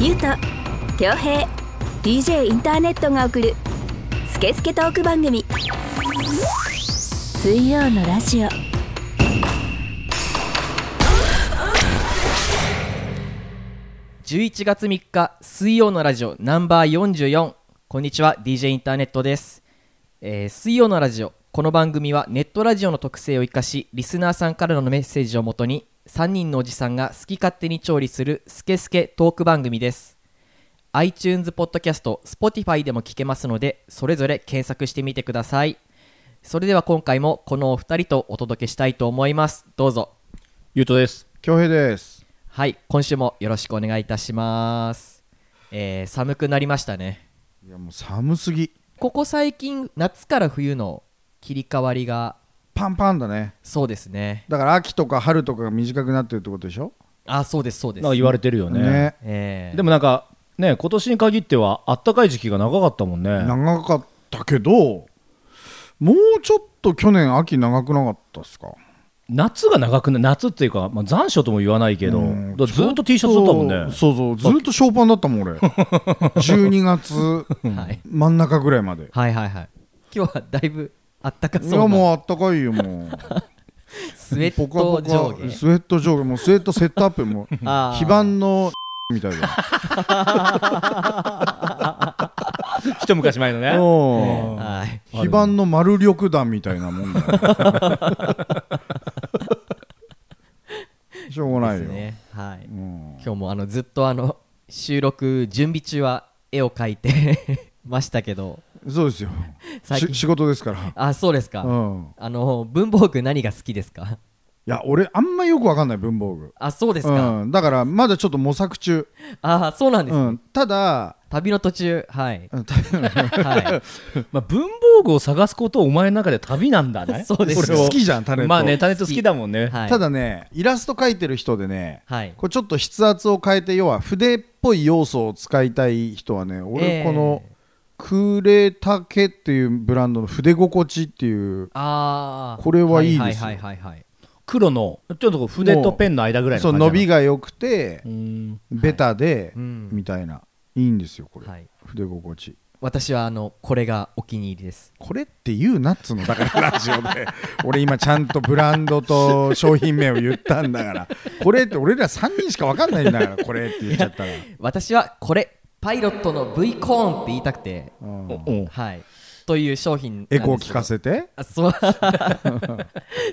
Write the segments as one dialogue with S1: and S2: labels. S1: ゆうと恭平 DJ インターネットが送る「スケスケトーク番組」水曜のラジオ
S2: 11月3日水曜のラジオナンバー44こんにちは DJ インターネットです、えー水曜のラジオこの番組はネットラジオの特性を生かしリスナーさんからのメッセージをもとに3人のおじさんが好き勝手に調理するスケスケトーク番組です iTunes ポッドキャスト Spotify でも聞けますのでそれぞれ検索してみてくださいそれでは今回もこのお二人とお届けしたいと思いますどうぞ
S3: ゆうとです。
S4: 恭平です
S2: はい今週もよろしくお願いいたします、えー寒くなりましたね
S4: いやもう寒すぎ
S2: ここ最近夏から冬の切り替わりが
S4: パンパンだね
S2: そうですね
S4: だから秋とか春とかが短くなってるってことでしょ
S2: あそうですそうです
S3: なんか言われてるよね。
S4: ね
S2: えー
S3: でもなんか、ね、今年に限っては、あったかい時期が長かったもんね。
S4: 長かったけどもうちょっと去年秋長くなかったっすか
S3: 夏が長くな夏っていうか、まあ、残暑とも言わないけど、
S4: うん
S3: だからずっと T シャツだったもんね。
S4: そうそうずっとショーパンだったもん俺 12月
S2: はい、
S4: 真ん中ぐらいまで
S2: はいはいはい今日はだいぶあったか
S4: い
S2: そう
S4: や
S2: な
S4: もうあったかいよもう
S2: スウェッ
S4: ポカ
S2: ト
S4: ポ
S2: 上
S4: カ
S2: 下
S4: スウェット上下もうスウェットセットアップも
S2: あー
S4: 非番の みたいだ
S3: 一昔前 のね。
S4: ようん
S2: はい
S4: 非番の丸緑弾みたいなもんだよ しょうがない
S2: で
S4: よ、
S2: すねはい
S4: うん
S2: 今日もあのずっとあの収録準備中は絵を描いて ましたけど
S4: そうですよ
S2: 最近
S4: し仕事ですから、
S2: あそうですか、
S4: うん、
S2: あの文房具何が好きですか
S4: いや俺あんまよくわかんない文房具
S2: あそうですか、
S4: うん、だからまだちょっと模索中、
S2: あそうなんです、
S4: うん、ただ
S2: 旅の途中はい、
S4: うん
S2: は
S3: まあ、文房具を探すことをお前の中で旅なんだね。
S2: そうです
S3: これを
S4: 好きじゃんタネット、
S3: まあね、タネット好きだもんね。
S2: い、はい、
S4: ただねイラスト描いてる人でね
S2: はい
S4: これちょっと筆圧を変えて要は筆っぽい要素を使いたい人はね
S2: ええ
S4: 俺この、クレタケっていうブランドの筆心地っていう
S2: ああ
S4: これはいいですよ
S2: はいはいはいはい、はい、
S3: 黒の、ちょっとこう筆とペンの間ぐらいの
S4: そう
S3: 感じ
S4: 伸び
S3: が。
S4: が良くて
S3: うん
S4: ベタで
S2: うん
S4: みたいな、い、いんですよこれ、
S2: はい
S4: 筆心地
S2: 私はあのこれがお気に入りです
S4: これって言うなっつうのだからラジオで 俺今ちゃんとブランドと商品名を言ったんだからこれって俺ら3人しか分かんないんだからこれって言っちゃったら、
S2: 私はこれパイロットの V コーンって言いたくて
S4: うん
S3: うん
S2: はいという商品なんです
S4: エ
S2: け
S4: コ
S2: ど
S4: ー聞かせて
S2: あそう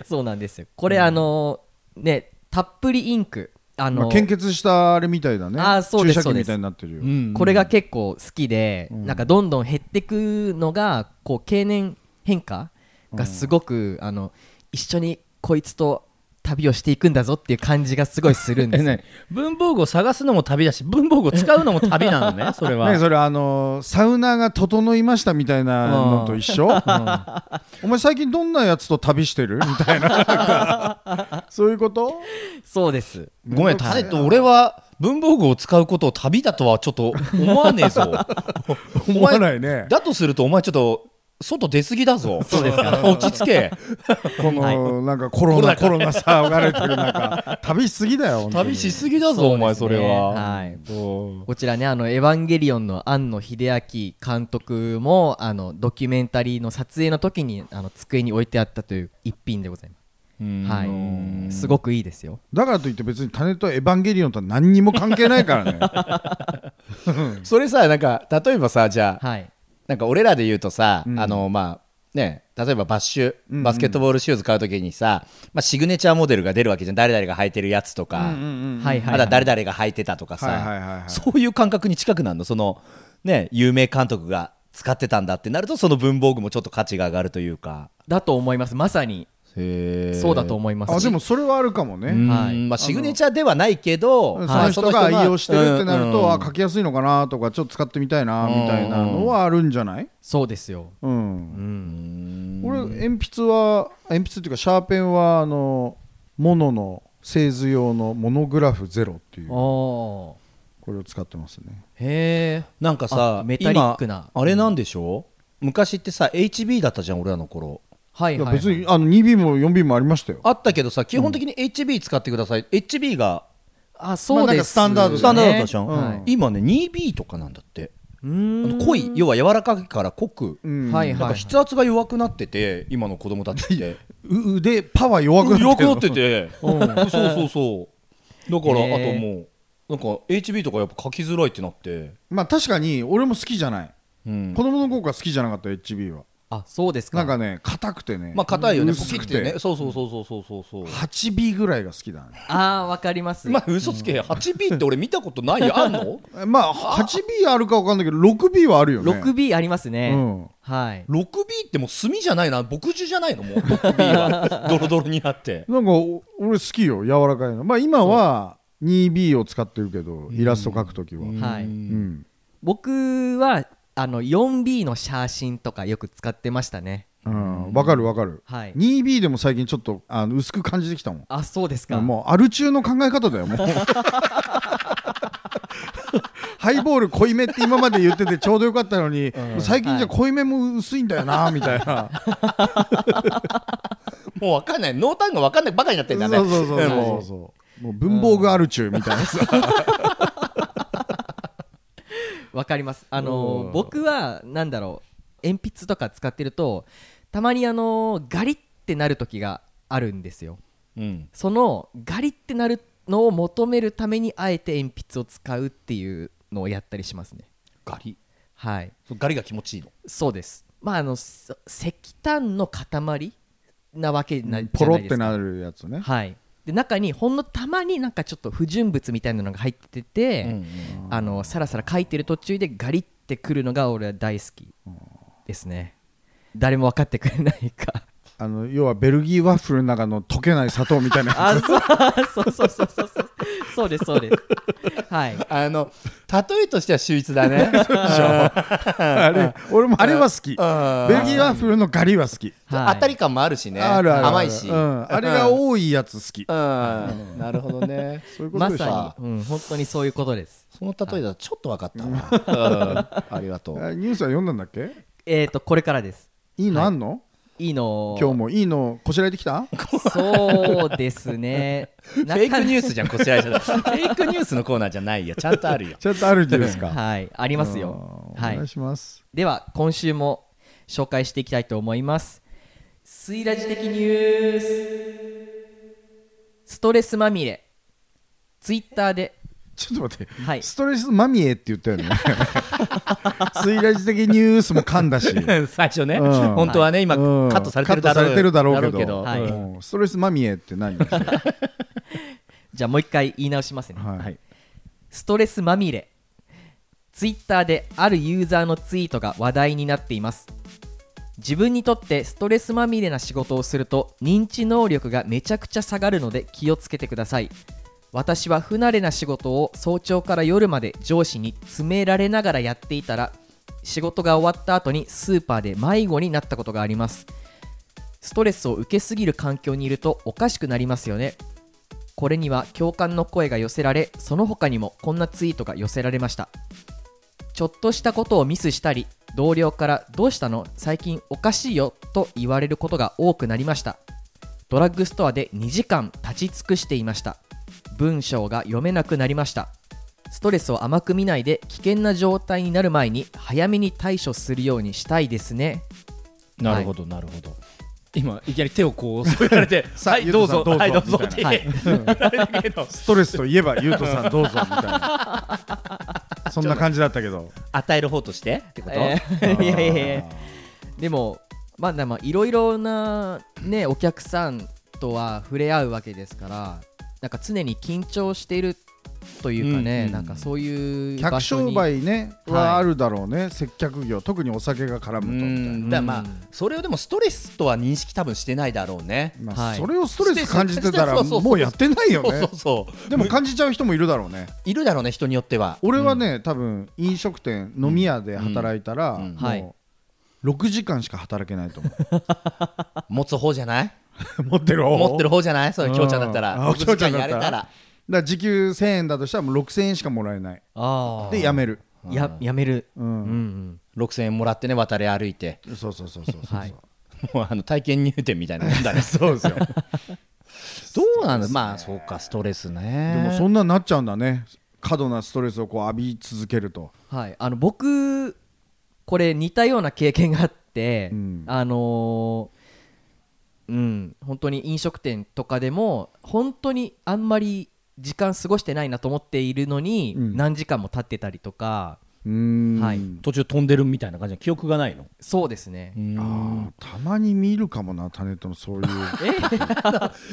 S2: そうなんですよこれ、あのねたっぷりインクあの、
S4: まあ献血したあれみたいだね
S2: あーそうです
S4: 注射
S2: そう
S4: 器
S2: です
S4: みたいになってるよ、
S3: うん
S2: これが結構好きで、
S4: うん
S2: なんかどんどん減ってくのがこう経年変化がすごく、あの一緒にこいつと旅をしていくんだぞっていう感じがすごいするんで
S3: え
S2: すよ
S3: ね、文房具を探すのも旅だし文房具を使うのも旅なの ねそれは
S4: ねそれあのーサウナが整いましたみたいなのと一緒、お前最近どんなやつと旅してるみたいななんかそういうこと
S2: そうです
S3: ごめん、タネット、俺は文房具を使うことを旅だとはちょっと思わねえ ぞ。
S4: 思わないね
S3: だとすると、お前ちょっと、外出過ぎだぞ。そうですか。落ち着け。
S4: この、なんかコロナコロナ騒がれてる中旅しすぎだよ本当に
S3: 旅しすぎだぞ、お前、それは。
S2: はい
S3: うん
S2: こちらね「あのエヴァンゲリオン」の庵野秀明監督もあのドキュメンタリーの撮影の時にあの机に置いてあったという一品でございます、はい、すごくいいですよ
S4: だからといって別にタネとエヴァンゲリオンとは何にも関係ないからね
S5: それさなんか例えばさじゃあ、
S2: はい
S5: なんか俺らで言うとさ、
S4: うん
S5: あのまあね例えばバッシュ
S4: うんうん
S5: バスケットボールシューズ買うときにさ、まあ、シグネチャーモデルが出るわけじゃん誰々が履いてるやつとか、
S2: はいはい
S5: まだ誰々が履いてたとかさ、
S4: はいはいはいはい
S5: そういう感覚に近くなるのそのね有名監督が使ってたんだってなるとその文房具もちょっと価値が上がるというか
S2: だと思いますまさにそうだと思います
S4: あでもそれはあるかもね、
S3: うん
S2: はい
S5: うんまあ、シグネチャーではないけど、
S4: そ
S5: ま
S4: の
S5: あ
S4: 人が愛用してるってなると、
S5: うんうん
S4: あ書きやすいのかなとかちょっと使ってみたいなみたいなのはあるんじゃない、
S2: そうですよ
S4: うん
S2: うん
S4: 俺鉛筆は鉛筆っていうかシャーペンはあのモノの製図用のモノグラフゼロっていう
S2: お
S4: こ
S2: ー
S4: れを使ってますね
S2: へえ
S5: なんかさ
S2: あメタリックな
S5: 今あれなんでしょ、う昔ってさ HB だったじゃん俺らの頃
S2: はい
S4: い
S2: はい
S4: や
S2: はい
S4: 別にあの 2B も 4B もありましたよ
S5: あったけどさ基本的に HB 使ってください、HB が
S2: あそう
S4: まあなん
S2: で
S4: か
S2: す
S4: スタンダード
S5: スタンダードだったでしょ、
S2: はい
S5: 今ね 2B とかなんだって
S2: う
S5: あ
S2: ーん
S5: の濃い要は柔らかいから濃く、
S4: ん
S2: はい
S5: なん
S2: は
S5: か
S2: い
S5: 筆圧が弱くなってて今の子供たちって
S4: う腕パワー弱くなってる
S5: 弱くなってて、そうそうそうだから、
S2: へー
S5: あともうなんか HB とかやっぱ書きづらいってなって、
S4: まあ確かに俺も好きじゃない、
S5: うん
S4: 子供の頃から好きじゃなかった HB は
S2: あそうですか
S4: なんかね硬くてね、
S5: まあ硬いよねポキ
S4: 薄
S5: っ
S4: く
S5: て
S4: て
S5: ねそうそうそうそうそうそうそう
S4: 8B ぐらいが好きだね
S2: あーわかります、
S5: まあ嘘つけ 8B って俺見たことないよあんの
S4: えまあ 8B あるかわかんないけど 6B はあるよね
S2: 6B ありますね、
S4: うん
S2: はい
S5: 6B ってもう炭じゃないな牧樹じゃないのもう 6B はドロドロになって
S4: なんかお俺好きよ柔らかいのまあ今は 2B を使ってるけどイラスト描くときは、うん
S2: はい
S4: うん
S2: 僕はあの 4B の写真とかよく使ってましたね
S4: わかるわかる、
S2: はい
S4: 2B でも最近ちょっとあの薄く感じてきたもん
S2: あそうですか
S4: もうアル中の考え方だよもうハイボール濃いめって今まで言っててちょうどよかったのに、最近じゃ濃いめも薄いんだよなみたいな
S5: もうわかんない濃淡がわかんないバカになってんだね
S4: そうそうそうそう
S5: うん
S4: そうそうもう文房具アル中みたいなさ、
S2: わかりますあのー
S4: うん
S2: 僕はなんだろう鉛筆とか使ってるとたまにあのーガリってなる時があるんですよ
S5: うん
S2: そのガリってなるのを求めるためにあえて鉛筆を使うっていうのをやったりしますね
S5: ガリ
S2: はい
S5: そうガリが気持ちいいの
S2: そうですまああのそ石炭の塊なわけなじゃないですか
S4: ポロってなるやつね、
S2: はいで中にほんのたまになんかちょっと不純物みたいなのが入ってて、あのさらさら書いてる途中でガリってくるのが俺は大好きですね誰も分かってくれないか
S4: あの要はベルギーワッフルの中の溶けない砂糖みたいなや
S2: あ そうそうそうそうそうそうですそうです はい
S5: あの例えとしては秀逸だね
S4: つあれ俺もあれは好きベルギ
S5: ん
S4: ーワッフルのガリは好き
S2: はい
S5: 当たり感もあるしね
S4: あるあるある
S5: 甘いし、
S4: うんあれが
S5: うん
S4: 多いやつ好き
S5: うんなるほどね
S4: そういうこと
S2: ま
S4: でしょ
S2: さに、うん、本当にそういうことです
S5: その例えだとちょっと分かったな、うんありがとう
S4: あニュースは読んだんだっけ
S2: えっ、とこれからです
S4: いいのあんの
S2: いいの
S4: 今日もいいのこしらえてきた
S2: そうです ねフ
S5: フェイクニュースじゃんこ ちらじゃんフェイクニュースのコーナーじゃないよちゃんとあるよ
S4: ちょっとあるんですか
S2: はいあり
S4: い
S2: ますよ
S4: お
S2: は
S4: 願いします
S2: では今週も紹介していきたいと思いますスイラジ的ニュースストレスまみれツイッターで
S4: ちょっと待って
S2: はい
S4: ストレスまみえって言ったよねスイラジ的ニュースも噛んだし
S5: 最初ね、
S4: うん
S5: 本当はね今、
S4: うん
S5: カットされてるだろ
S4: カット
S5: う
S4: されてるだろうけど
S5: だ
S2: はい
S4: うんストレスまみえって何は
S2: じゃあもう一回言い直しますね、
S4: い
S2: ストレスまみれツイッターであるユーザーのツイートが話題になっています自分にとってストレスまみれな仕事をすると認知能力がめちゃくちゃ下がるので気をつけてください私は不慣れな仕事を早朝から夜まで上司に詰められながらやっていたら仕事が終わった後にスーパーで迷子になったことがありますストレスを受けすぎる環境にいるとおかしくなりますよねこれには共感の声が寄せられその他にもこんなツイートが寄せられましたちょっとしたことをミスしたり同僚から「どうしたの最近おかしいよ」と言われることが多くなりましたドラッグストアで2時間立ち尽くしていました文章が読めなくなりましたストレスを甘く見ないで危険な状態になる前に早めに対処するようにしたいですね
S5: なるほどなるほど、今いきなり手をこう添えられて
S4: さあ
S5: はいどうぞ
S4: ゆうとさん
S5: はいど
S4: ど
S5: う
S4: う
S5: ぞ
S4: ぞ
S5: って、
S2: みたい
S4: ストレスといえばゆうとさんどうぞみたいな そんな感じだったけど
S5: 与える方としてってこと、
S2: えーいやいやいやでもまあでもいろいろなねお客さんとは触れ合うわけですからなんか常に緊張しているというかね、
S5: うんうん
S2: なんかそういう場
S4: 客
S2: 所
S4: 商
S2: に
S4: 売ね
S2: はい
S4: はあるだろうね接客業特にお酒が絡むと
S5: う
S4: みたい
S5: んだからまあそれをでもストレスとは認識多分してないだろうね、
S4: な
S2: は
S4: まあ
S2: い
S4: それをストレス感じて たらもうやってないよ
S5: そ
S4: ね
S5: うそうそう
S4: でも感じちゃう人もいるだろうね
S5: いるだろうね人によっては
S4: 俺はね多分飲食店飲み屋で働いたら
S5: うんうん
S2: はい
S4: もう6時間しか働けないと思
S5: 持つ方じゃないう
S4: 持ってる
S5: 持っ
S4: だ
S5: てる
S4: か
S5: 方じゃないそれ
S4: うん
S5: きょうちゃんだったら
S4: あ
S5: 6時間
S4: きょうちゃんだ
S5: や
S4: ったら
S5: れたら
S4: ら時給1000円だとしたらもう6000円しかもらえない
S2: あー
S4: でやめる
S2: ややめる、
S4: う
S2: うん
S4: ん
S2: うん
S5: 6000円もらってね渡り歩いて
S4: そうそうそうそうそうそう
S2: はい
S5: もうあの体験入店みたいなもん だね
S4: そうですよ
S5: どうなんだまあそうかストレスね
S4: でもそんなんなっちゃうんだね過度なストレスをこう浴び続けると
S2: はい、あの僕これ似たような経験があって、
S4: うん
S2: あのーうん本当に飲食店とかでも本当にあんまり時間過ごしてないなと思っているのに、
S4: うん
S2: 何時間も経ってたりとか
S4: うーん、
S2: はい
S5: 途中飛んでるみたいな感じの記憶がないの
S2: そうですね、
S4: あーたまに見るかもなタネットのそういう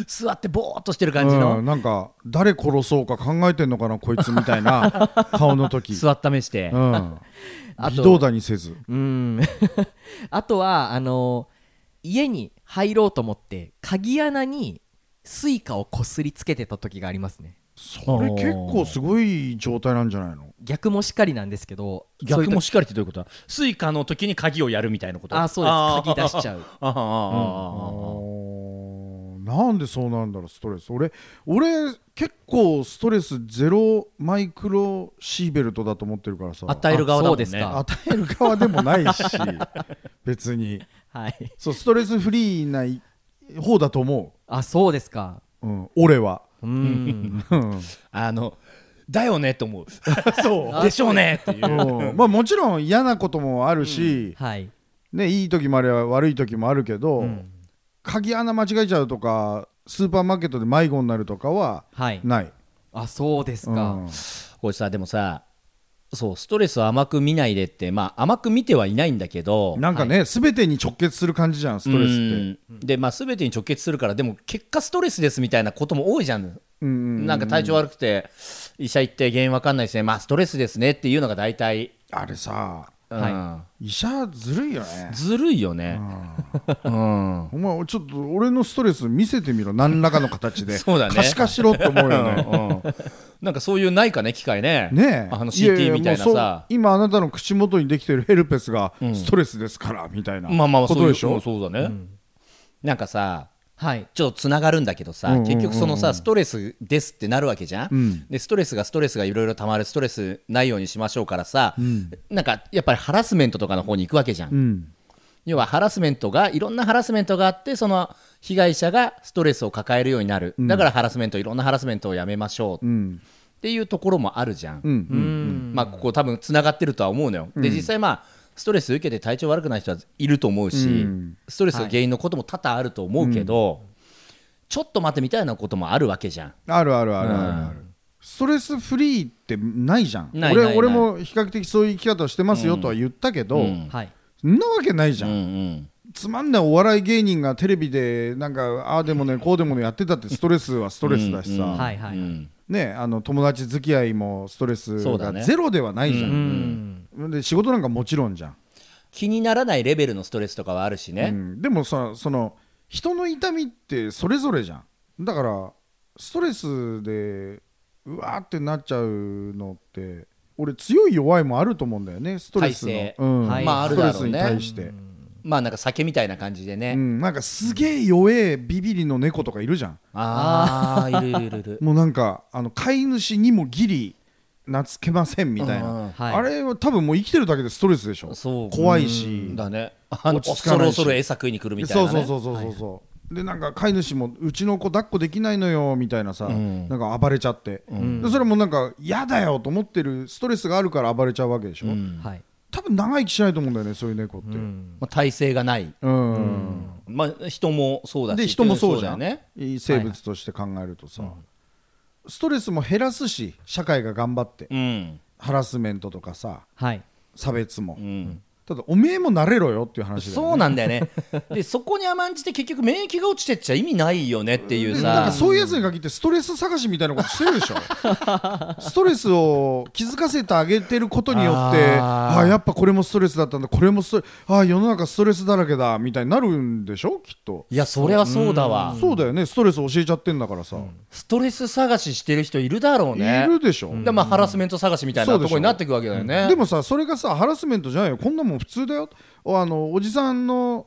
S5: 座ってぼーっとしてる感じの、
S4: うんなんか誰殺そうか考えてんのかなこいつみたいな顔の時
S5: 座った目して、
S4: うん
S2: あと
S4: 微動だにせず
S2: うん あとはあのー家に入ろうと思って鍵穴にスイカをこすりつけてた時がありますね
S4: それ結構すごい状態なんじゃないの
S2: 逆もしかりなんですけど
S5: 逆も
S2: し
S5: しかりってどういうことだスイカの時に鍵をやるみたいなこと
S2: あそうです鍵出しちゃう
S5: あー
S4: あ
S5: あーあーあー
S4: ーなんでそうなんだろうストレス俺俺結構ストレスゼロマイクロシーベルトだと思ってるからさ
S5: 与える側だもん
S2: あ
S5: ね
S2: そうですか
S4: 与える側でもないし別に
S2: はい
S4: そうストレスフリーない方だと思
S2: あそうですか
S4: う、うん、俺は、
S2: うー ん
S4: うん
S5: あのだよね と思うそうでしょうねっていう
S4: うんまあもちろん嫌なこともあるし、
S2: はい
S4: ね、いい時もあれば悪い時もあるけど、鍵穴間違えちゃうとかスーパーマーケットで迷子になるとかは
S2: はい
S4: ない、
S2: あそうです
S4: うん
S2: か
S5: これさでもさそうストレスを甘く見ないでってまあ甘く見てはいないんだけど
S4: なんかね、全てに直結する感じじゃんストレスって
S5: ってでまあ全てに直結するからでも結果ストレスですみたいなことも多いじゃん、
S4: うんうん
S5: なんか体調悪くて医者行って原因わかんないですねまあストレスですねっていうのが大体、
S4: あれさ
S5: うん
S2: は
S4: 医者ずるいよね
S5: ずるいよねうん、
S4: お前ちょっと俺のストレス見せてみろ何らかの形で
S5: そうだね
S4: 可視化しろって思うよね
S5: うんなんかそういうないかね機械ね
S4: ねえ
S5: あの
S4: いやい
S5: CT
S4: や
S5: みたいな
S4: もう
S5: さ
S4: そう今あなたの口元にできてるヘルペスがストレスですから、みたいな
S5: まあまあ
S4: こ
S5: そう
S4: と
S5: い
S4: で
S5: う
S4: しょ
S5: うんそうだね、なんかさ
S2: はい
S5: ちょっとつながるんだけどさ、
S4: うんうんうんうん
S5: 結局そのさストレスですってなるわけじゃん、
S4: うん
S5: でストレスがストレスがいろいろたまるストレスないようにしましょうからさ、なんかやっぱりハラスメントとかの方に行くわけじゃん、
S4: うん
S5: 要はハラスメントがいろんなハラスメントがあってその被害者がストレスを抱えるようになる、だからハラスメントいろんなハラスメントをやめましょう
S4: う
S5: っ
S4: ん
S5: ていうところもあるじゃん、
S4: う
S2: う
S4: ん
S2: ーん
S5: まあここ多分つながってるとは思うのよ、で実際まあストレス受けて体調悪くない人はいると思うし、
S4: うん
S5: ストレスが原因のことも多々あると思うけど、ちょっと待ってみたいなこともあるわけじゃん、
S4: あるあるあるあるある、ストレスフリーってないじゃん
S5: ないないない
S4: 俺俺も比較的そういう生き方をしてますよとは言ったけど、
S5: うん
S2: はい
S4: そんなわけないじ
S5: う
S4: ゃ
S5: ん
S4: ん、
S5: うん、
S4: つまんないお笑い芸人がテレビでなんかああでもねこうでもねやってたってストレスはストレスだしさ、
S5: うんうん
S2: はいはい
S5: うん
S4: ね、あの友達付き合いもストレス
S5: そうだ
S4: が
S5: ね
S4: ゼロではないじゃ、
S2: うんーん
S4: で仕事なんかもちろんじゃん、
S5: 気にならないレベルのストレスとかはあるし
S4: う
S5: ね、
S4: んでもさその人の痛みってそれぞれじゃんだからストレスでうわーってなっちゃうのって俺強い弱いもあると思うんだよねストレス
S5: 耐
S4: の
S5: 性、
S4: うん
S2: はい
S5: まああ
S4: ス
S5: る
S4: ト
S5: だ
S4: レ
S5: ろ
S4: ス
S5: うね
S4: に対して、
S5: まあなんか酒みたいな感じでね、
S4: うん、なんかすげえ弱えビビリの猫とかいるじゃん
S5: ああいるいるいるいる
S4: もうなんかあの飼い主にもギリ懐けませんみたいな、
S5: うんうん
S2: はい
S4: あれは多分もう生きてるだけでストレスでしょ
S5: そう
S4: 怖いし、
S5: だねあの
S4: 落ち着
S5: 恐
S4: かな
S5: る
S4: いし
S5: 恐る餌食いに来るみたい
S4: そう
S5: な、ね、
S4: そうそうそうそうそう、でなんか飼い主もうちの子抱っこできないのよみたいなさ、
S5: ん
S4: なんか暴れちゃって、
S2: ん
S4: でそれもなんか嫌だよと思ってるストレスがあるから暴れちゃうわけでしょ、
S5: うんま
S2: はい
S4: 多分長生きしないと思うんだよねそういう猫ってうん、
S5: あ、体勢がない、まあ、人もそうだし
S4: で人もそうじゃん、
S5: だよね
S4: いい生物として考えるとさ、ストレスも減らすし社会が頑張って、
S5: うん
S4: ハラスメントとかさ
S2: はい
S4: 差別も、
S5: うん
S4: ただおめえもなれろよっていう話だよね
S5: そうなんだよね でそこに甘んじて結局免疫が落ちてっちゃ意味ないよねっていう
S4: でなん
S5: さ
S4: かそういうやつに限ってストレス探しみたいなことしてるで しょストレスを気づかせてあげてることによって
S5: あ
S4: あ
S5: ー
S4: あやっぱこれもストレスだったんだこれもストレああ世の中ストレスだらけだみたいになるんでしょきっと
S5: いやそれはそうだわ
S4: そうだよねストレス教えちゃってんだからさ、
S5: ストレス探ししてる人いるだろうね
S4: いるでしょ、
S5: でまあハラスメント探しみたいな
S4: そ
S5: と
S4: うでしょ
S5: ころになっていくわけだよね
S4: でもさそれがさハラスメントじゃないよこんなもん普通だよあのおじさんの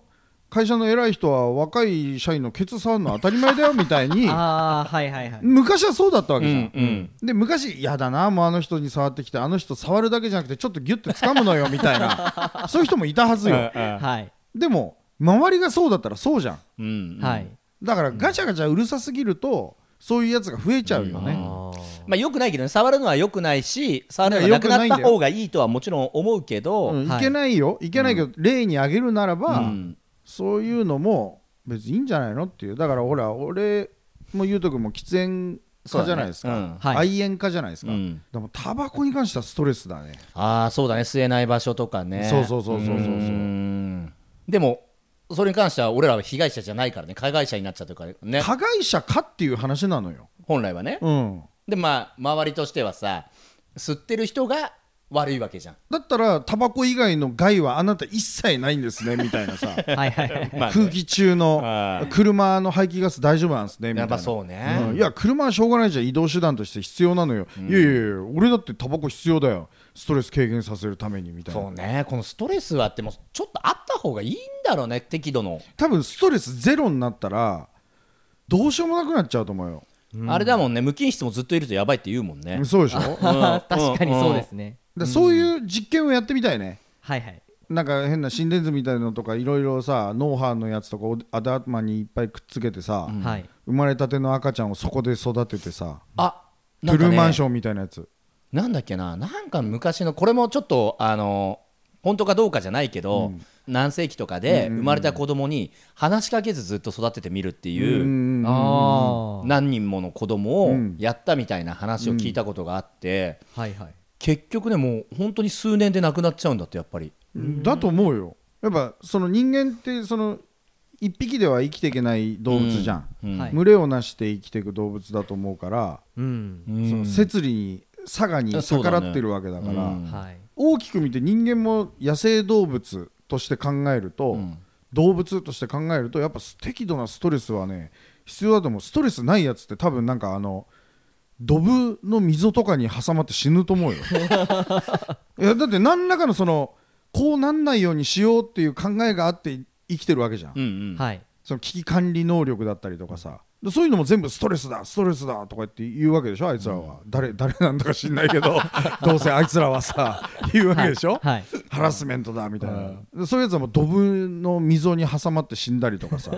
S4: 会社の偉い人は若い社員のケツ触るの当たり前だよみたい に
S2: ああはいはいはい
S4: 昔はそうだったわ
S5: う
S4: けじゃん
S5: んうん
S4: で昔嫌だなもうあの人に触ってきてあの人触 るだけじゃなくてちょっとギュッて掴むのよみたいなそういう人もいたはずよ
S2: はい
S4: でも周りがそうだったらそうじゃん
S5: うん
S2: はい
S4: だからガチャガチャうるさすぎるとそういうやつが増えちゃうよね、
S5: まあ、よくないけどね触るのはよくないし触るのはい
S4: や
S5: なくなっ
S4: 良くな
S5: た
S4: いんだよ
S5: 方がいいとはもちろん思うけど、
S4: うん
S2: はい
S4: いけないよいけないけど、例に挙げるならば、
S5: うん
S4: そういうのも別にいいんじゃないのっていうだからほら俺もゆうとくんも喫煙
S5: そう
S4: 家
S5: だね
S4: じゃないですか、
S5: うん
S2: はい
S4: 愛煙家じゃないですか、
S5: うん
S4: でもタバコに関してはストレスだね
S5: ああそうだね吸えない場所とかね
S4: そうそうそうそうそうそう
S5: うんでもそれに関しては俺らは被害者じゃないからね加害者になっちゃうというからね
S4: 加害者かっていう話なのよ、
S5: 本来はね、
S4: うん、
S5: でまあ周りとしてはさ吸ってる人が悪いわけじゃん
S4: だったらタバコ以外の害はあなた一切ないんですねみたいな さ
S2: はい はい
S4: 空気中
S5: は
S4: の
S5: い
S4: 車の排気ガス大丈夫なんですねみた
S5: や
S4: い
S5: っぱ
S4: な
S5: そうね、
S4: うんいや車はしょうがないじゃん移動手段として必要なのよ、いやいやいや俺だってタバコ必要だよストレス軽減させるためにみたい
S5: そ
S4: な
S5: うねこのストレスはってもうちょっとあった方がいいんだろうね適度の、
S4: 多分ストレスゼロになったらどうしようもなくなっちゃうと思うよ、
S5: あれだもんね無菌室もずっといるとやばいって言うもんね、
S4: そうでしょだ か
S2: 確かにそうですね
S4: らそういう実験をやってみたいね
S2: はいはい
S4: なんか変な心電図みたいのとかいろいろさ脳波のやつとかお頭にいっぱいくっつけてさ、
S2: はい
S4: 生まれたての赤ちゃんをそこで育ててさ
S5: あ
S4: トゥルーマンシ
S5: ョン
S4: ョンみたいなやつ
S5: なんだっけななんか昔のこれもちょっとあの本当かどうかじゃないけど、何世紀とかで生まれた子供に話しかけずずっと育ててみるっていう、
S4: うん
S2: ああ
S5: 何人もの子供を
S4: ん
S5: やったみたいな話を聞いたことがあって、
S2: はいはい
S5: 結局ねもう本当に数年で亡くなっちゃうんだってやっぱり
S4: だと思うよやっぱその人間ってその一匹では生きていけない動物じゃん、
S5: うん
S2: はい
S4: 群れをなして生きていく動物だと思うから、
S2: うん
S5: うん
S4: その摂理に佐賀に
S5: そうだ
S4: 逆
S5: ね
S4: らってるわけだから
S5: うん
S2: はい
S4: 大きく見て人間も野生動物として考えると、
S5: ん
S4: 動物として考えるとやっぱ適度なストレスはね必要だと思うストレスないやつって多分なんかあのドブの溝とかに挟まって死ぬと思うよ いやだって何らかのそのこうなんないようにしようっていう考えがあって生きてるわけじゃん、
S5: うんうん
S2: はい
S4: その危機管理能力だったりとかさでそういうのも全部ストレスだストレスだとかって言うわけでしょあいつらは、誰 誰なんだか知んないけどどうせあいつらはさ言うわけでしょ、
S2: はい
S4: ハラスメントだみたいな、でそういうやつはもうドブの溝に挟まって死んだりとかさ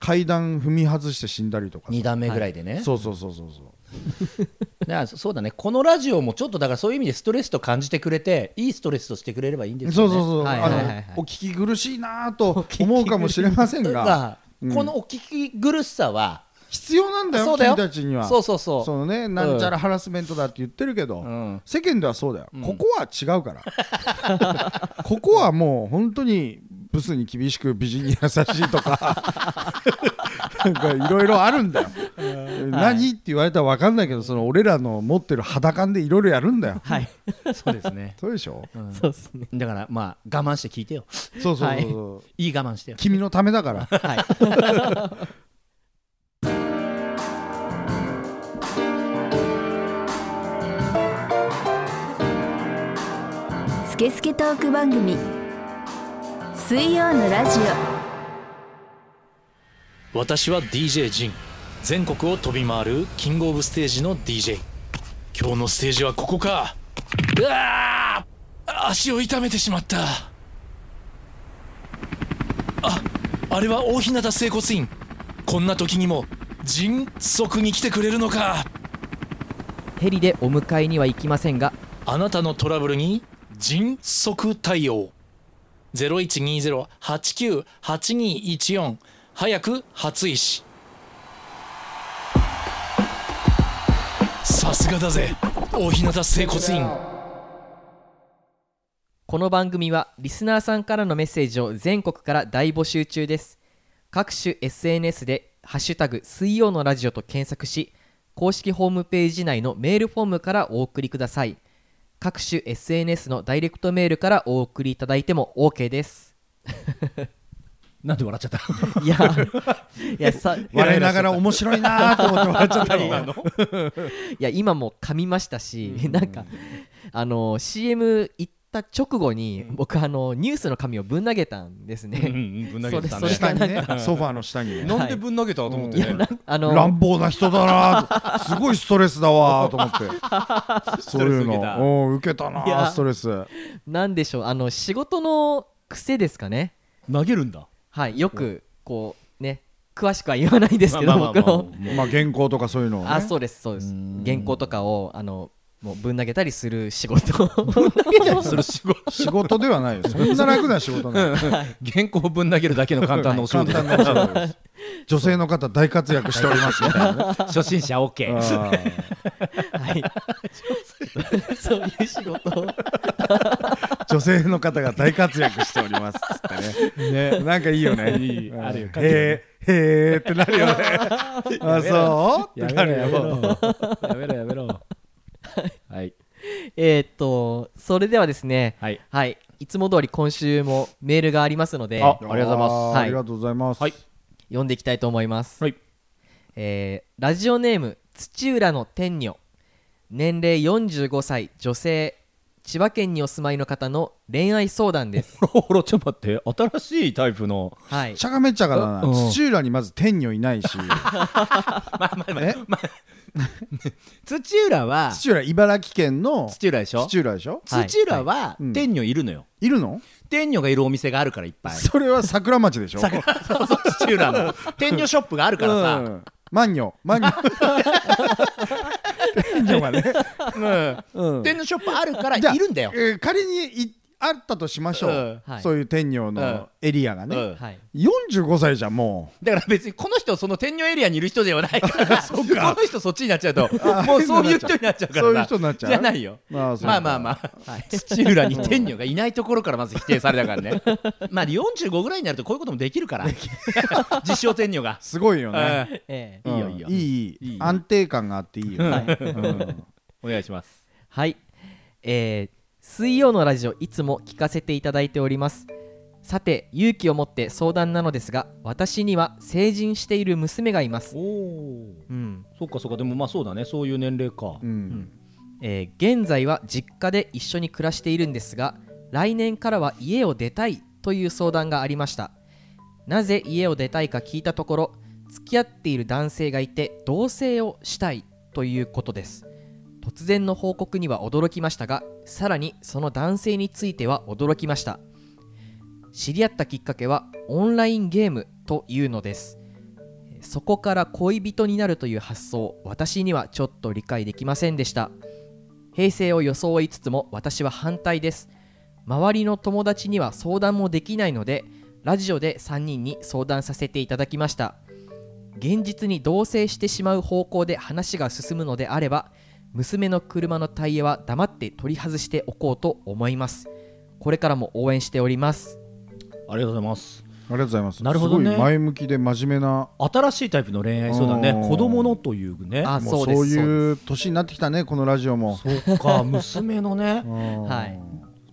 S4: 階段踏み外して死んだりとか
S5: 2段目ぐらいでね、
S4: そうそうそうそうそう
S5: だからそうだねこのラジオもちょっとだからそういう意味でストレスと感じてくれていいストレスとしてくれればいいんです
S4: そ
S5: よ
S4: う
S5: ね
S4: そうそう、
S2: はい
S4: あの、
S2: はいはいはい
S4: お聞き苦しいなぁと思うかもしれません
S5: だ
S4: が
S5: からこのお聞き苦しさは、
S4: 必要なんだよ
S5: そうだよ
S4: 君たちには
S5: そうそうそう
S4: そのねなんちゃらハラスメントだって言ってるけど、
S5: ん
S4: 世間ではそうだよ、ここは違うから ここはもう本当にブスに厳しく美人に優しいとか なんかいろいろあるんだよ、何って言われたら分かんないけどその俺らの持ってる肌感でいろいろやるんだよ
S2: はい
S5: そうですね
S4: そうでしょ、う
S2: そうですね
S5: だからまあ我慢して聞いてよ
S4: そうそうそうそう、
S5: いい我慢してよ
S4: 君のためだから
S2: はい
S1: スケスケトーク番組水曜のラジ
S6: 私は DJ ジン全国を飛び回るキングオブステージの DJ 今日のステージはここかうわあ足を痛めてしまったああれは大日向整骨院こんな時にも迅速に来てくれるのか
S2: ヘリでお迎えには行きませんが
S6: あなたのトラブルに迅速対応0120-89-8214早く初石さすがだぜ大日向整骨院
S2: この番組はリスナーさんからのメッセージを全国から大募集中です各種 SNS で「ハッシュタグ水曜のラジオ」と検索し公式ホームページ内のメールフォームからお送りください各種 SNS のダイレクトメールからお送りいただいても OK です
S5: なんで笑っちゃった
S2: いやいやさい
S4: 笑いながら面白いなぁと思って笑っちゃったの
S2: や今も噛みましたし、 なんかあの CM 行った直後に、僕あのニュースの紙をぶん投げたんですね、
S5: ぶん
S2: 投げてたねそれそ
S4: 下にねソファーの下にね
S2: なんでぶ
S5: ん投げたと思って、
S2: あの
S4: 乱暴な人だな ぁとすごいストレスだわぁと思ってそういう
S5: ストレス受けた
S4: のうん受けたない
S2: や
S4: ぁストレス
S2: なんでしょうあの仕事の癖ですかね
S5: 投げるんだ
S2: はい、よくこうね詳しくは言わないですけど、
S5: まあまあまあ
S2: 僕の
S4: まあ原稿とかそういうのをね
S2: あそうですそうです原稿とかをあのもうぶん投げたりする仕事
S5: する仕事
S4: 仕事ではないよそんな楽な仕事なの
S5: 原稿をぶん投げるだけの 簡単なお仕 事
S4: 簡単なお仕事です女性の方大活躍しておりますみたいなね
S5: 初心者 OK
S4: あー
S2: はいそういう仕事を
S4: 女性の方が大活躍しておりますっつってね なんかいいよねうん
S5: あるよ
S4: へえへえってな るよねあそうってなるよ
S5: やめろやめろはい
S2: えーっとそれではですね
S5: はい
S2: はいいつも通り今週もメールがありますので
S5: ありがとうございます
S4: あー
S2: はい
S4: ありがとうございます
S5: はい
S2: 読んでいきたいと思います、
S5: はい
S2: えーラジオネーム土浦の天女年齢45歳女性千葉県にお住まいの方の恋愛相談です
S5: ほらほらちょっと待って新しいタイプの
S2: はい
S4: しゃがめっちゃがだな
S5: うん
S4: 土浦にまず天女いない しえ
S5: 土浦は
S4: 土浦茨城県の
S5: 土浦でしょ
S4: 土浦でしょ
S2: はい
S5: 土浦は
S4: うん
S5: 天女いるのよ
S4: いるの
S5: 天女がいるお店があるからいっぱい
S4: それは桜町でしょ
S5: そうそう土浦の天女ショップがあるから
S4: う
S5: さ
S4: ん万女万女天女がね
S5: うん天女ショップあるからい
S4: じゃあ
S5: るんだよ
S4: えー仮にいあったとしましょう、
S2: うんはい
S4: そういう天女のエリアがね、
S5: うん
S2: はい
S4: 45歳じゃんも
S5: だから別にこの人その天女エリアにいる人ではないからこの人そっちになっちゃうと
S4: あ
S5: もうそういう人になっちゃうから
S4: そういう人になっちゃう
S5: じゃないよ
S4: うまあ
S5: まあまあまあ、 土浦に天女がいないところからまず否定されたか らねまあ45ぐらいになるとこういうこともできるから実証天女が、
S4: すごいよね、
S5: う
S2: えー
S5: んいいよ
S4: うん
S5: いいよ
S4: いい
S5: いいよ
S4: 安定感があっていいよね、うん
S5: お願いします
S2: はい、えー水曜のラジオいつも聞かせていただいておりますさて勇気を持って相談なのですが私には成人している娘がいます
S5: お、お
S2: うん
S5: そっかそっかでもまあそうだねそういう年齢か、
S4: うん
S2: えー現在は実家で一緒に暮らしているんですが来年からは家を出たいという相談がありましたなぜ家を出たいか聞いたところ付き合っている男性がいて同棲をしたいということです突然の報告には驚きましたがさらにその男性については驚きました知り合ったきっかけはオンラインゲームというのですそこから恋人になるという発想私にはちょっと理解できませんでした平成を装いつつも私は反対です周りの友達には相談もできないのでラジオで3人に相談させていただきました現実に同棲してしまう方向で話が進むのであれば娘の車のタイヤは黙って取り外しておこうと思いますこれからも応援しております
S5: ありがとうございます
S4: ありがとうございます
S5: なるほど
S4: す
S5: ね
S4: ごい前向きで真面目な
S5: 新しいタイプの恋愛相談ね
S4: うん
S5: 子供のというね
S2: あ
S4: も
S2: そううです
S4: そ
S2: う
S4: ういう年になってきたねこのラジオも
S5: そ っか娘のね
S4: うん
S2: はい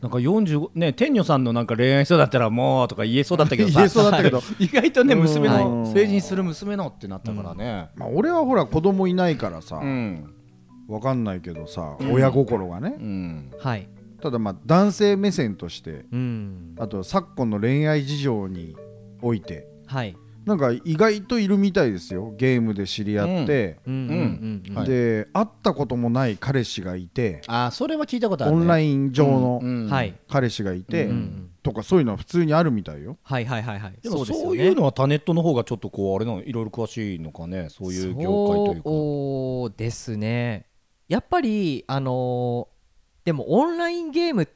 S5: なんか45ね天女さんのなんか恋愛相談だったらもうとか言えそうだったけどさ
S4: 言えそうだったけど
S5: 意外とね
S4: うん
S5: 娘
S4: は
S5: の
S4: い
S5: 成人する娘のってなったからね
S4: まあ、俺はほら子供いないからさ、
S5: うん
S4: わかんないけどさ、親心がね
S5: うん
S2: はい
S4: ただまあ男性目線として
S2: うん
S4: あと昨今の恋愛事情において
S2: はい
S4: なんか意外といるみたいですよゲームで知り合って、
S2: うんうんうん
S5: はい
S4: で会ったこともない彼氏がいて、
S5: あーそれは聞いたことある
S4: オンラ
S5: イン
S4: イン上の
S2: うんはい
S4: 彼氏がいて、
S2: うんうん
S4: とかそういうのは普通にあるみたいよ。
S2: はいはいはいはい
S5: でも
S2: ですよ
S5: そう
S2: ね
S5: いうのはタネットの方がちょっとこうあれなのいろいろ詳しいのかねそういう業界というか
S2: そうですねやっぱりあのーでもオンラインゲームっ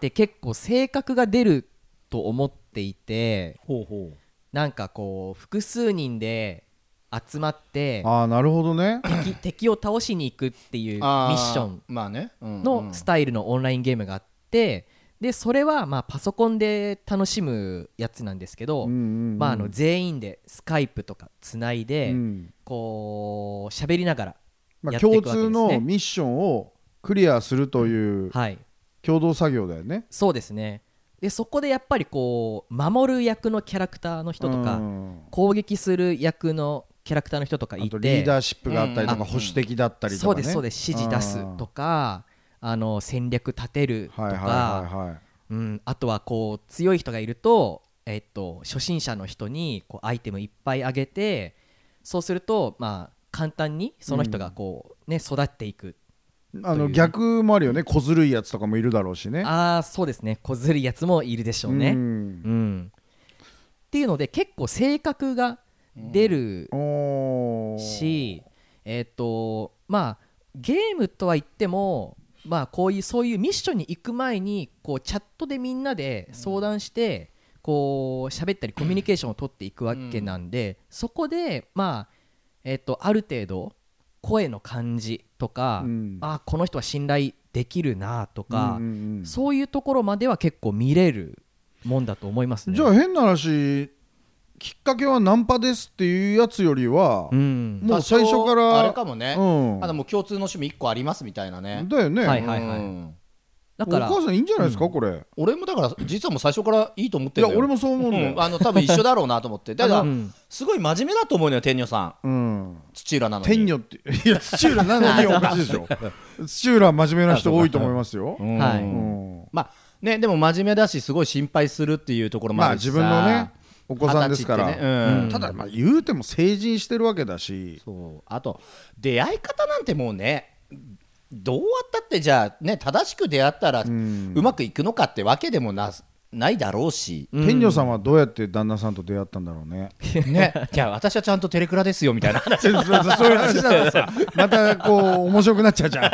S2: て結構性格が出ると思っていて
S5: ほうほ
S2: なんかこう複数人で集まって
S4: ああなるほどね。
S2: 敵敵を倒しに行くっていうミ
S5: あー
S2: ッション
S5: まあねうん
S2: のスタイルのオンラインゲームがあってでそれはまあパソコンで楽しむやつなんですけど、
S4: うんうんうん
S2: まあ、あの全員でスカイプとかつないで、
S4: うん
S2: こう喋りながら
S4: ま
S2: や
S4: あ、
S2: っていくわけで
S4: 共
S2: すね
S4: 通のミッションをクリアするという
S2: はい
S4: 共同作業だよね。
S2: そうですねでそこでやっぱりこう守る役のキャラクターの人とか、
S4: うん
S2: 攻撃する役のキャラクターの人とかい
S4: あ
S2: て
S4: とリーダー
S2: シ
S4: シップがあったりと
S2: うん
S4: か保守的だったりと
S2: そう
S4: かね。
S2: ですそうです指示出すとかあの戦略立てるとか、
S4: はいはいはいはい。
S2: うん、あとはこう強い人がいると,、えっと初心者の人にこうアイテムいっぱいあげてそうするとまあ簡単にその人がこう、ね育っていくとい
S4: あ
S2: う
S4: の
S2: ね
S4: 逆もあるよね小ずるいやつとかもいるだろうしね。
S2: ああそうですね小ずるいやつもいるでしょうね
S4: うん
S2: うんっていうので結構性格が出る
S4: おー
S2: し、えっ、とまあゲームとは言ってもまあこういうそういうミッションに行く前にこうチャットでみんなで相談して、こう喋ったりコミュニケーションを取っていくわけなんで、そこでまあえっ、とある程度声の感じとか、
S4: うん
S2: あこの人は信頼できるなとか、
S4: うんうんうん
S2: そういうところまでは結構見れるもんだと思いますね。
S4: じゃあ変な話きっかけはナンパですっていうやつよりは
S2: う、ん、
S4: もう最初から
S5: 多少あれかもね、
S4: うん
S5: あのもう共通の趣味一個ありますみたいなね
S4: だよね、
S2: はいはいはい
S5: うん
S2: だから
S4: お母さんいいんじゃないですか、これ
S5: 俺もだから実はもう最初からいいと思っ
S4: い
S5: てる
S4: や俺もそう思うんだよ、
S5: あの多分一緒だ ろうなと思ってだから、
S2: うん
S5: すごい真面目だと思うのよ天女さん
S4: うん、
S5: 土浦なのに
S4: 天女っていや土浦なのにおかしいでしょ土浦は真面目な人多いと思いますよ、
S5: うん
S2: はい
S4: うん
S5: まあねでも真面目だしすごい心配するっていうところも
S4: ま
S5: あ
S4: あ
S5: るし
S4: 自
S5: さ
S4: 分のねお子さんですから、
S5: 二十歳ってねうん
S2: うん
S4: ただまあ言うても成人してるわけだし
S5: そうあと出会い方なんてもうねどうあったってじゃあね正しく出会ったらうまくいくのかってわけでもなないだろうし、
S4: 天女さんはどうやって旦那さんと出会ったんだろう ね
S5: ねいや私はちゃんとテレクラですよみたいな話
S4: そういう話だとさまたこう面白くなっちゃうじゃん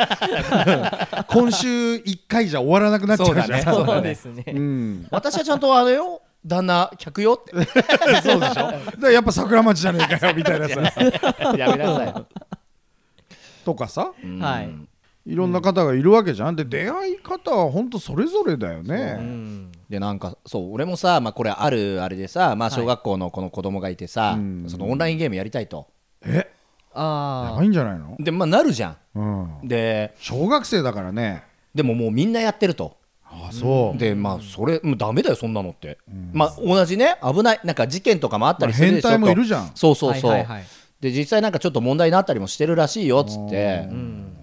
S4: 今週1回じゃ終わらなくなっちゃうじゃん
S5: そ
S2: そ
S5: うだ
S2: う
S5: ね
S2: ですね。
S4: うん、
S5: 私はちゃんとあれよ旦那客よって
S4: そうでしょだからやっぱ桜町じゃねえかよみたい なさ
S5: やめなさい
S4: とかさ
S2: はい。
S4: いろんな方がいるわけじゃんで出会い方は本当それぞれだよ
S2: う
S4: ね
S2: ん。
S5: でなんかそう俺もさ、まあ、これあるあれでさ、まあ、小学校のこの子供がいてさ、
S4: うん
S5: そのオンラインゲームやりたいと
S4: えや
S2: あ
S4: ばいんじゃないの、
S5: でまあなるじゃ
S4: うん
S5: ん、で
S4: 小学生だからね
S5: でももうみんなやってると
S4: あそう
S5: でまあそれもうダメだよそんなのって、まあ同じね危ないなんか事件とかもあったりするでしょ
S4: まあ変態も
S5: と
S4: いるじゃん
S5: そうそうそう、
S2: はいはいはい
S5: で実際なんかちょっと問題になったりもしてるらしいよっつって、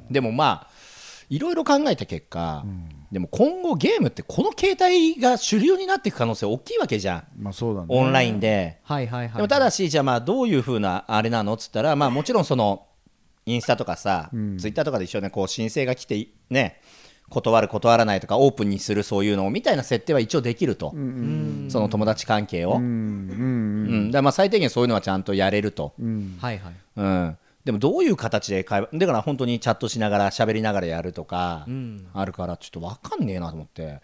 S5: でもまあいろいろ考えた結果、でも今後ゲームってこの携帯が主流になっていく可能性大きいわけじゃん
S4: まあそうだね
S5: オンラインで、
S2: あ。はいはいはい。
S5: でもただしじゃあまあどういうふうなあれなのっつったらまあもちろんそのインスタとかさ、ツイッターとかで一緒にこう申請が来てね断る断らないとかオープンにするそういうのをみたいな設定は一応できると、その友達関係を、う
S4: うんん
S5: だからまあ最低限そういうのはちゃんとやれると、
S4: うんうん
S2: はいはい。
S5: うん、でもどういう形で会話だから本当にチャットしながら喋りながらやるとか
S2: ん
S5: あるからちょっと分かんねえなと思って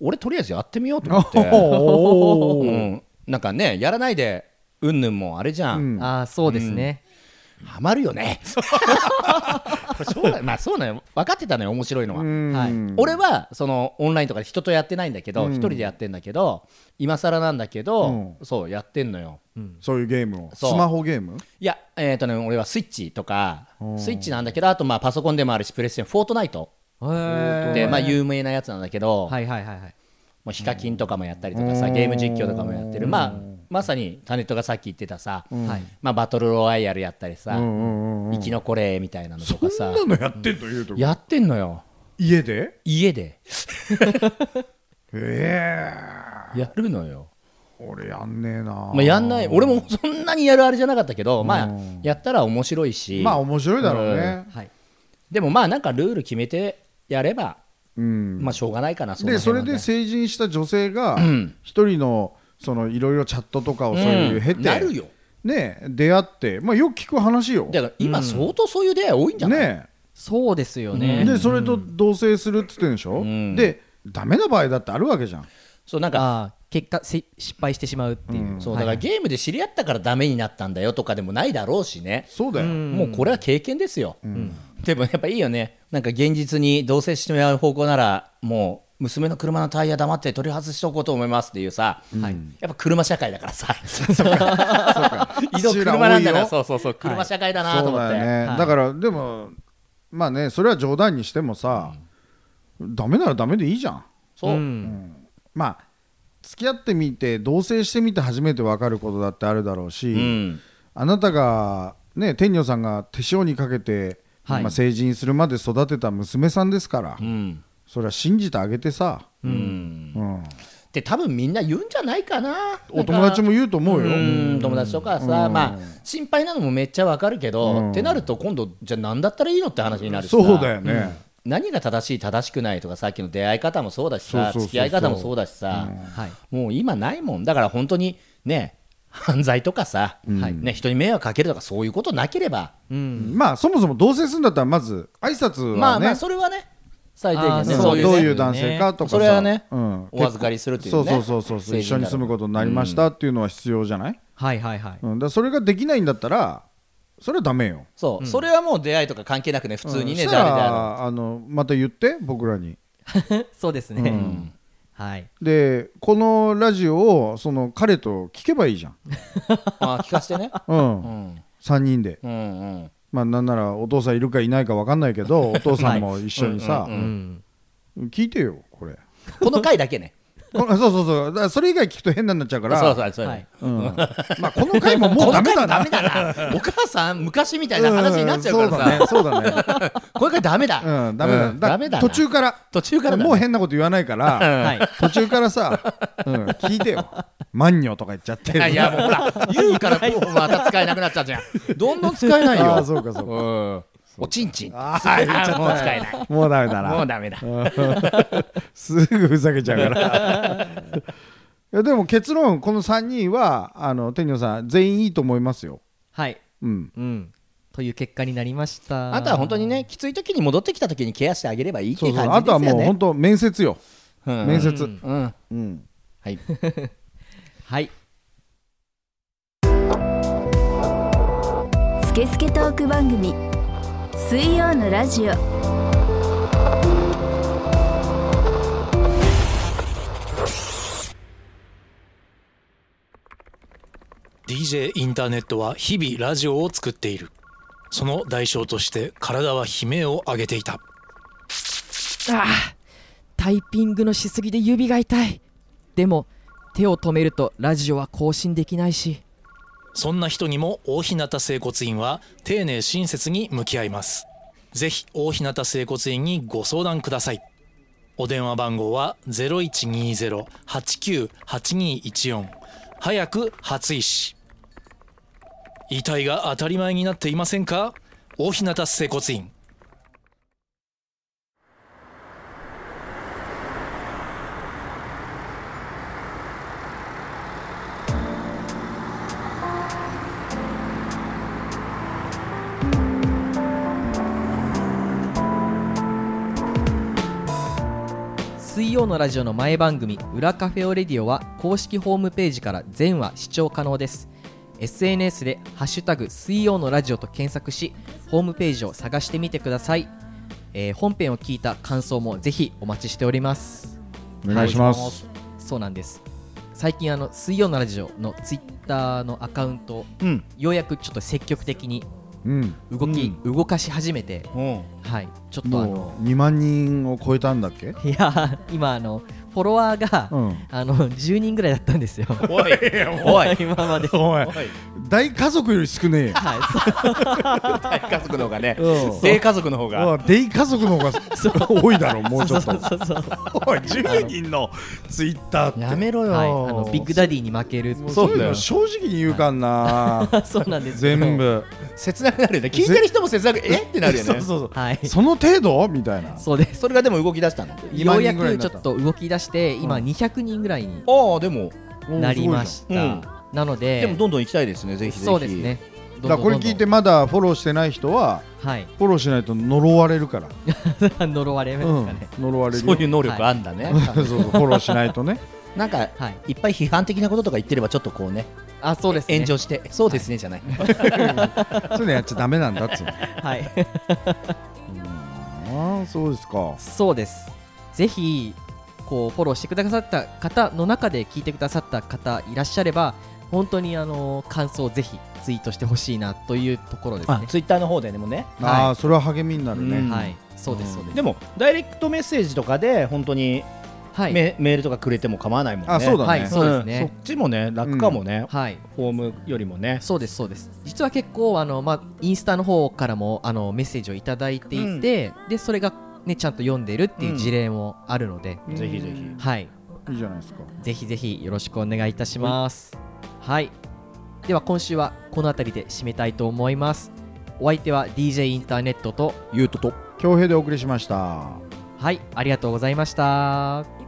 S5: 俺とりあえずやってみようと思っ
S4: おー
S5: て、
S4: お
S5: う
S4: ー
S5: ん、なんかねやらないでうんぬんもあれじゃ
S4: うん
S5: ん
S2: ああそうですね。
S5: ハマるよね。そうだまあそうなのよ分かってたのよ面白いのは。
S4: うん
S2: はい
S5: 俺はそのオンラインとかで人とやってないんだけど一、人でやってんだけど今更なんだけど、そうやってんのよ。
S4: そういうゲームをス
S5: そう
S4: マホゲーム
S5: いやえっ、とね俺はスイッチとか
S4: うん
S5: スイッチなんだけどあとまあパソコンでもあるしプレステ4フォートナイト
S2: へー
S5: でまあ有名なやつなんだけど、
S2: はいはいはいはい。
S5: もうヒカキンとかもやったりとかさゲーム実況とかもやってるまあまさにタネットがさっき言ってたさ、
S2: はい
S5: まあバトルロワイヤルやったりさ、
S4: うんうんうん
S5: 生き残れみたいなのとか
S4: そ
S5: さ
S4: んなのやってんのいうと
S5: やってんのよ
S4: 家で
S5: 家で
S4: え
S5: やるのよ、
S4: え俺やんねえな
S5: まあ、やんない俺もそんなにやるあれじゃなかったけど、まあ、やったら面白いし、
S4: まあ面白いだろうね
S2: はい。
S5: でもまあなんかルール決めてやれば、
S4: うん
S5: まあしょうがないかなその
S4: でそ
S5: 辺
S4: れ
S5: はね
S4: で成人した女性が
S5: ん
S4: 一人のそのいろいろチャットとかをそういう経
S5: うんなる
S4: て
S5: よ
S4: ねえ出会ってまあよく聞く話よ
S5: だから今相当そういう出会い多いんじゃない、
S4: ね
S2: そうですよ
S4: え
S2: ね。
S4: でそれと同棲するっつってんでしょ
S5: ん
S4: でダメな場合だってあるわけじゃん
S5: そうなんか
S2: ああ結果せ失敗してしまうっていう。
S5: そうだから
S2: はいはい
S5: ゲームで知り合ったからダメになったんだよとかでもないだろうしね、
S4: そうだよ
S5: もうこれは経験ですよ、でもやっぱいいよねなんか現実に同棲してもらう方向ならもう娘の車のタイヤ黙って取り外しておこうと思いますっていうさ、やっぱ車社会だからさ移動車なんだからそうそうそう車社会だな
S4: そ
S5: と
S4: う
S5: 思っ
S4: だ
S5: て、
S4: よね、だからでもまあねそれは冗談にしてもさ、ダメならダメでいいじゃん
S5: そう、
S2: うん。
S4: まあ付き合ってみて同棲してみて初めて分かることだってあるだろうし、
S5: うん
S4: あなたがね天女さんが手塩にかけて、
S2: はい
S4: まあ、成人するまで育てた娘さんですから、
S5: うん
S4: それは信じてあげてさ、
S5: うん
S4: うん
S5: で多分みんな言うんじゃないかな
S4: お友達も言うと思うよ、
S5: うん友達とかさ、まあ心配なのもめっちゃわかるけど、ってなると今度じゃあ何だったらいいのって話になるしさ
S4: そうだよね、
S5: 何が正しい正しくないとかさっきの出会い方もそうだし
S4: そうそ
S5: さ
S4: うそうそう
S5: 付き合い方もそうだしさ、
S2: はい
S5: もう今ないもんだから本当にね犯罪とかさ、ね、人に迷惑かけるとかそういうことなければ、
S4: まあそもそも同棲するんだったらまず挨拶
S5: まあ
S4: は
S5: ま
S4: ね
S5: あそれはね最低限
S2: あー
S5: ね
S4: そう
S5: い
S4: どういう
S5: ね
S4: う男性かとかさ
S5: それはね
S4: うん
S5: お預かりするっていうね
S4: そうそうそうそう
S5: 成
S4: 一緒
S5: 人だから
S4: に住むことになりましたっていうのは必要じゃない、
S2: はいはいはい
S4: うん、だからそれができないんだったらそれはダメよ
S5: そう、それはもう出会いとか関係なくね普通にね、
S4: うんした
S5: 誰であ
S4: らあのまた言って僕らに
S2: そうですね、はい
S4: でこのラジオをその彼と聞けばいいじゃん、
S5: るあー聞かせてね
S4: うん
S5: うん
S4: 3人で、
S5: うんうん
S4: まあなんならお父さんいるかいないか分かんないけ どお父さんも一緒にさ、
S2: うん
S4: 聞いてよこれ
S5: この回だけね
S4: こそうそうそうだからそれ以外聞くと変なになっちゃうから
S5: そうそうそう、
S2: はい
S4: うんまあこの回ももうダメだな
S5: ダメだ なお母さん昔みたいな話になっちゃうからさ、
S4: うんそうだねそうだね
S5: これからダメだ、
S4: うん、ダメだ,、
S5: うん
S4: だ
S5: ダメだな
S4: 途中から
S5: 途中からだね
S4: もう変なこと言わないから
S2: はい
S4: 途中からさ、うん、聞いてよ「万ンとか言っちゃって
S5: いやもうほ ら言うからもうまた使えなくなっちゃうじゃんどんどん使えない
S4: ああ
S5: よ
S4: そうかそうか
S5: うんおちんちんもう
S4: ああ言っちゃった
S5: 使えない
S4: もうダメだな
S5: もうダメだ
S4: すぐふざけちゃうからいやでも結論この3人はあの天女さん全員いいと思いますよ
S2: はい
S4: うん
S2: うんという結果になりました
S5: あとは本当にねきつい時に戻ってきた時にケアしてあげればいいって
S4: そ
S5: いうう
S4: そう
S5: 感
S4: あ
S5: じ
S4: と
S5: で
S4: は
S5: すよ
S4: もう
S5: ね
S4: 本当面接よ
S5: うん
S4: 面接
S5: うん
S4: うん
S5: はい
S2: はい
S1: スケスケトーク番組水曜のラジオ
S6: DJ インターネットは日々ラジオを作っているその代償として体は悲鳴を上げていた
S2: ああタイピングのしすぎで指が痛いでも手を止めるとラジオは更新できないし
S6: そんな人にも大日向整骨院は丁寧親切に向き合いますぜひ大日向整骨院にご相談くださいお電話番号は0120-89-8214早く初医師遺体が当たり前になっていませんか大日向整骨院
S2: 水曜のラジオの前番組「裏カフェオレディオ」は公式ホームページから全話視聴可能です SNS で「ハッシュタグ水曜のラジオ」と検索しホームページを探してみてください、えー本編を聞いた感想もぜひお待ちしております
S4: お願いします
S2: そうなんです最近あの水曜のラジオのツイッターのアカウントを
S5: うん
S2: ようやくちょっと積極的に
S4: うん
S2: 動き、動かし始めて、
S5: うん
S2: はい、ちょっとあの
S4: もう2万人を超えたんだっけ
S2: いや今あのフォロワーが、
S4: うん
S2: あの10人ぐらいだったんですよ
S5: おいおい
S2: 今まで
S4: おい大家族より少ねえよ
S2: はい
S5: 大家族の方がね
S4: うん
S5: 性家族の方
S4: う
S5: が
S4: わ大家族の方が多いだろうもうちょっと
S2: そうそうそう
S3: おい10人のツイッターって
S5: やめろよ
S2: はい、あのビッグダディに負ける
S4: そう
S5: そう
S4: いう
S5: だよ
S4: の正直に言うかんな
S2: そうなんですよ
S4: 全部
S5: 切なくなるよね聞いてる人も切なくえってなるよね
S4: そうそうそう
S2: はい
S4: その程度みたいな
S2: そうです
S5: それがでも動き出したの
S4: 2
S2: よ
S4: 万
S2: うや
S4: 人ぐらい
S2: く
S4: にな
S2: ちょ
S4: た
S2: っと動き出して今200人ぐらいに
S5: ああでも
S2: なりました、
S5: おーすごいじ
S2: なので
S5: でもどんどん行きたいですねぜひぜひ
S2: そうですね
S4: だからこれ聞
S2: ど
S4: いて
S2: んどんどん
S4: まだフォローしてない人は
S2: どんはい
S4: フォローしないと呪われるから、
S2: 呪われますかね、
S4: 呪われる
S5: そ
S4: よ
S5: ういう能力あんだね、
S4: そうそうフォローしないとね
S5: なんか、
S2: はい
S5: いっぱい批判的なこととか言ってればちょっとこうね
S2: あそうですね
S5: 炎上してそうですねじゃない、
S4: そういうのやっちゃダメなんだっつうの
S2: はい
S4: ああそうですか
S2: そうです。ぜひこうフォローしてくださった方の中で聞いてくださった方いらっしゃれば本当にあの感想をぜひツイートしてほしいなというところです
S5: あ
S2: ね。
S5: ツイッターの方でねもね
S4: ああそれは励みになるね、
S5: うん
S2: はい、そうですそうです。
S5: でもダイレクトメッセージとかで本当に
S2: はい、
S5: メ,、メールとかくれても構わないもんね
S4: あそうだね、
S2: はい、そうです
S5: ん
S2: ね
S5: そ。っちもね楽かもね、
S2: はい、
S5: フォームよりもね
S2: そうですそうです。実は結構あのまあインスタの方からもあのメッセージをいただいていて、でそれがねちゃんと読んでるっていう事例もあるので、
S5: ぜひぜひ
S2: はい。
S4: いいじゃないですか
S2: ぜひぜひよろしくお願いいたします。はい。では今週はこの辺りで締めたいと思います。お相手は DJ インターネットと
S5: ゆうとと
S4: 恭平でお送りしました。
S2: はいありがとうございました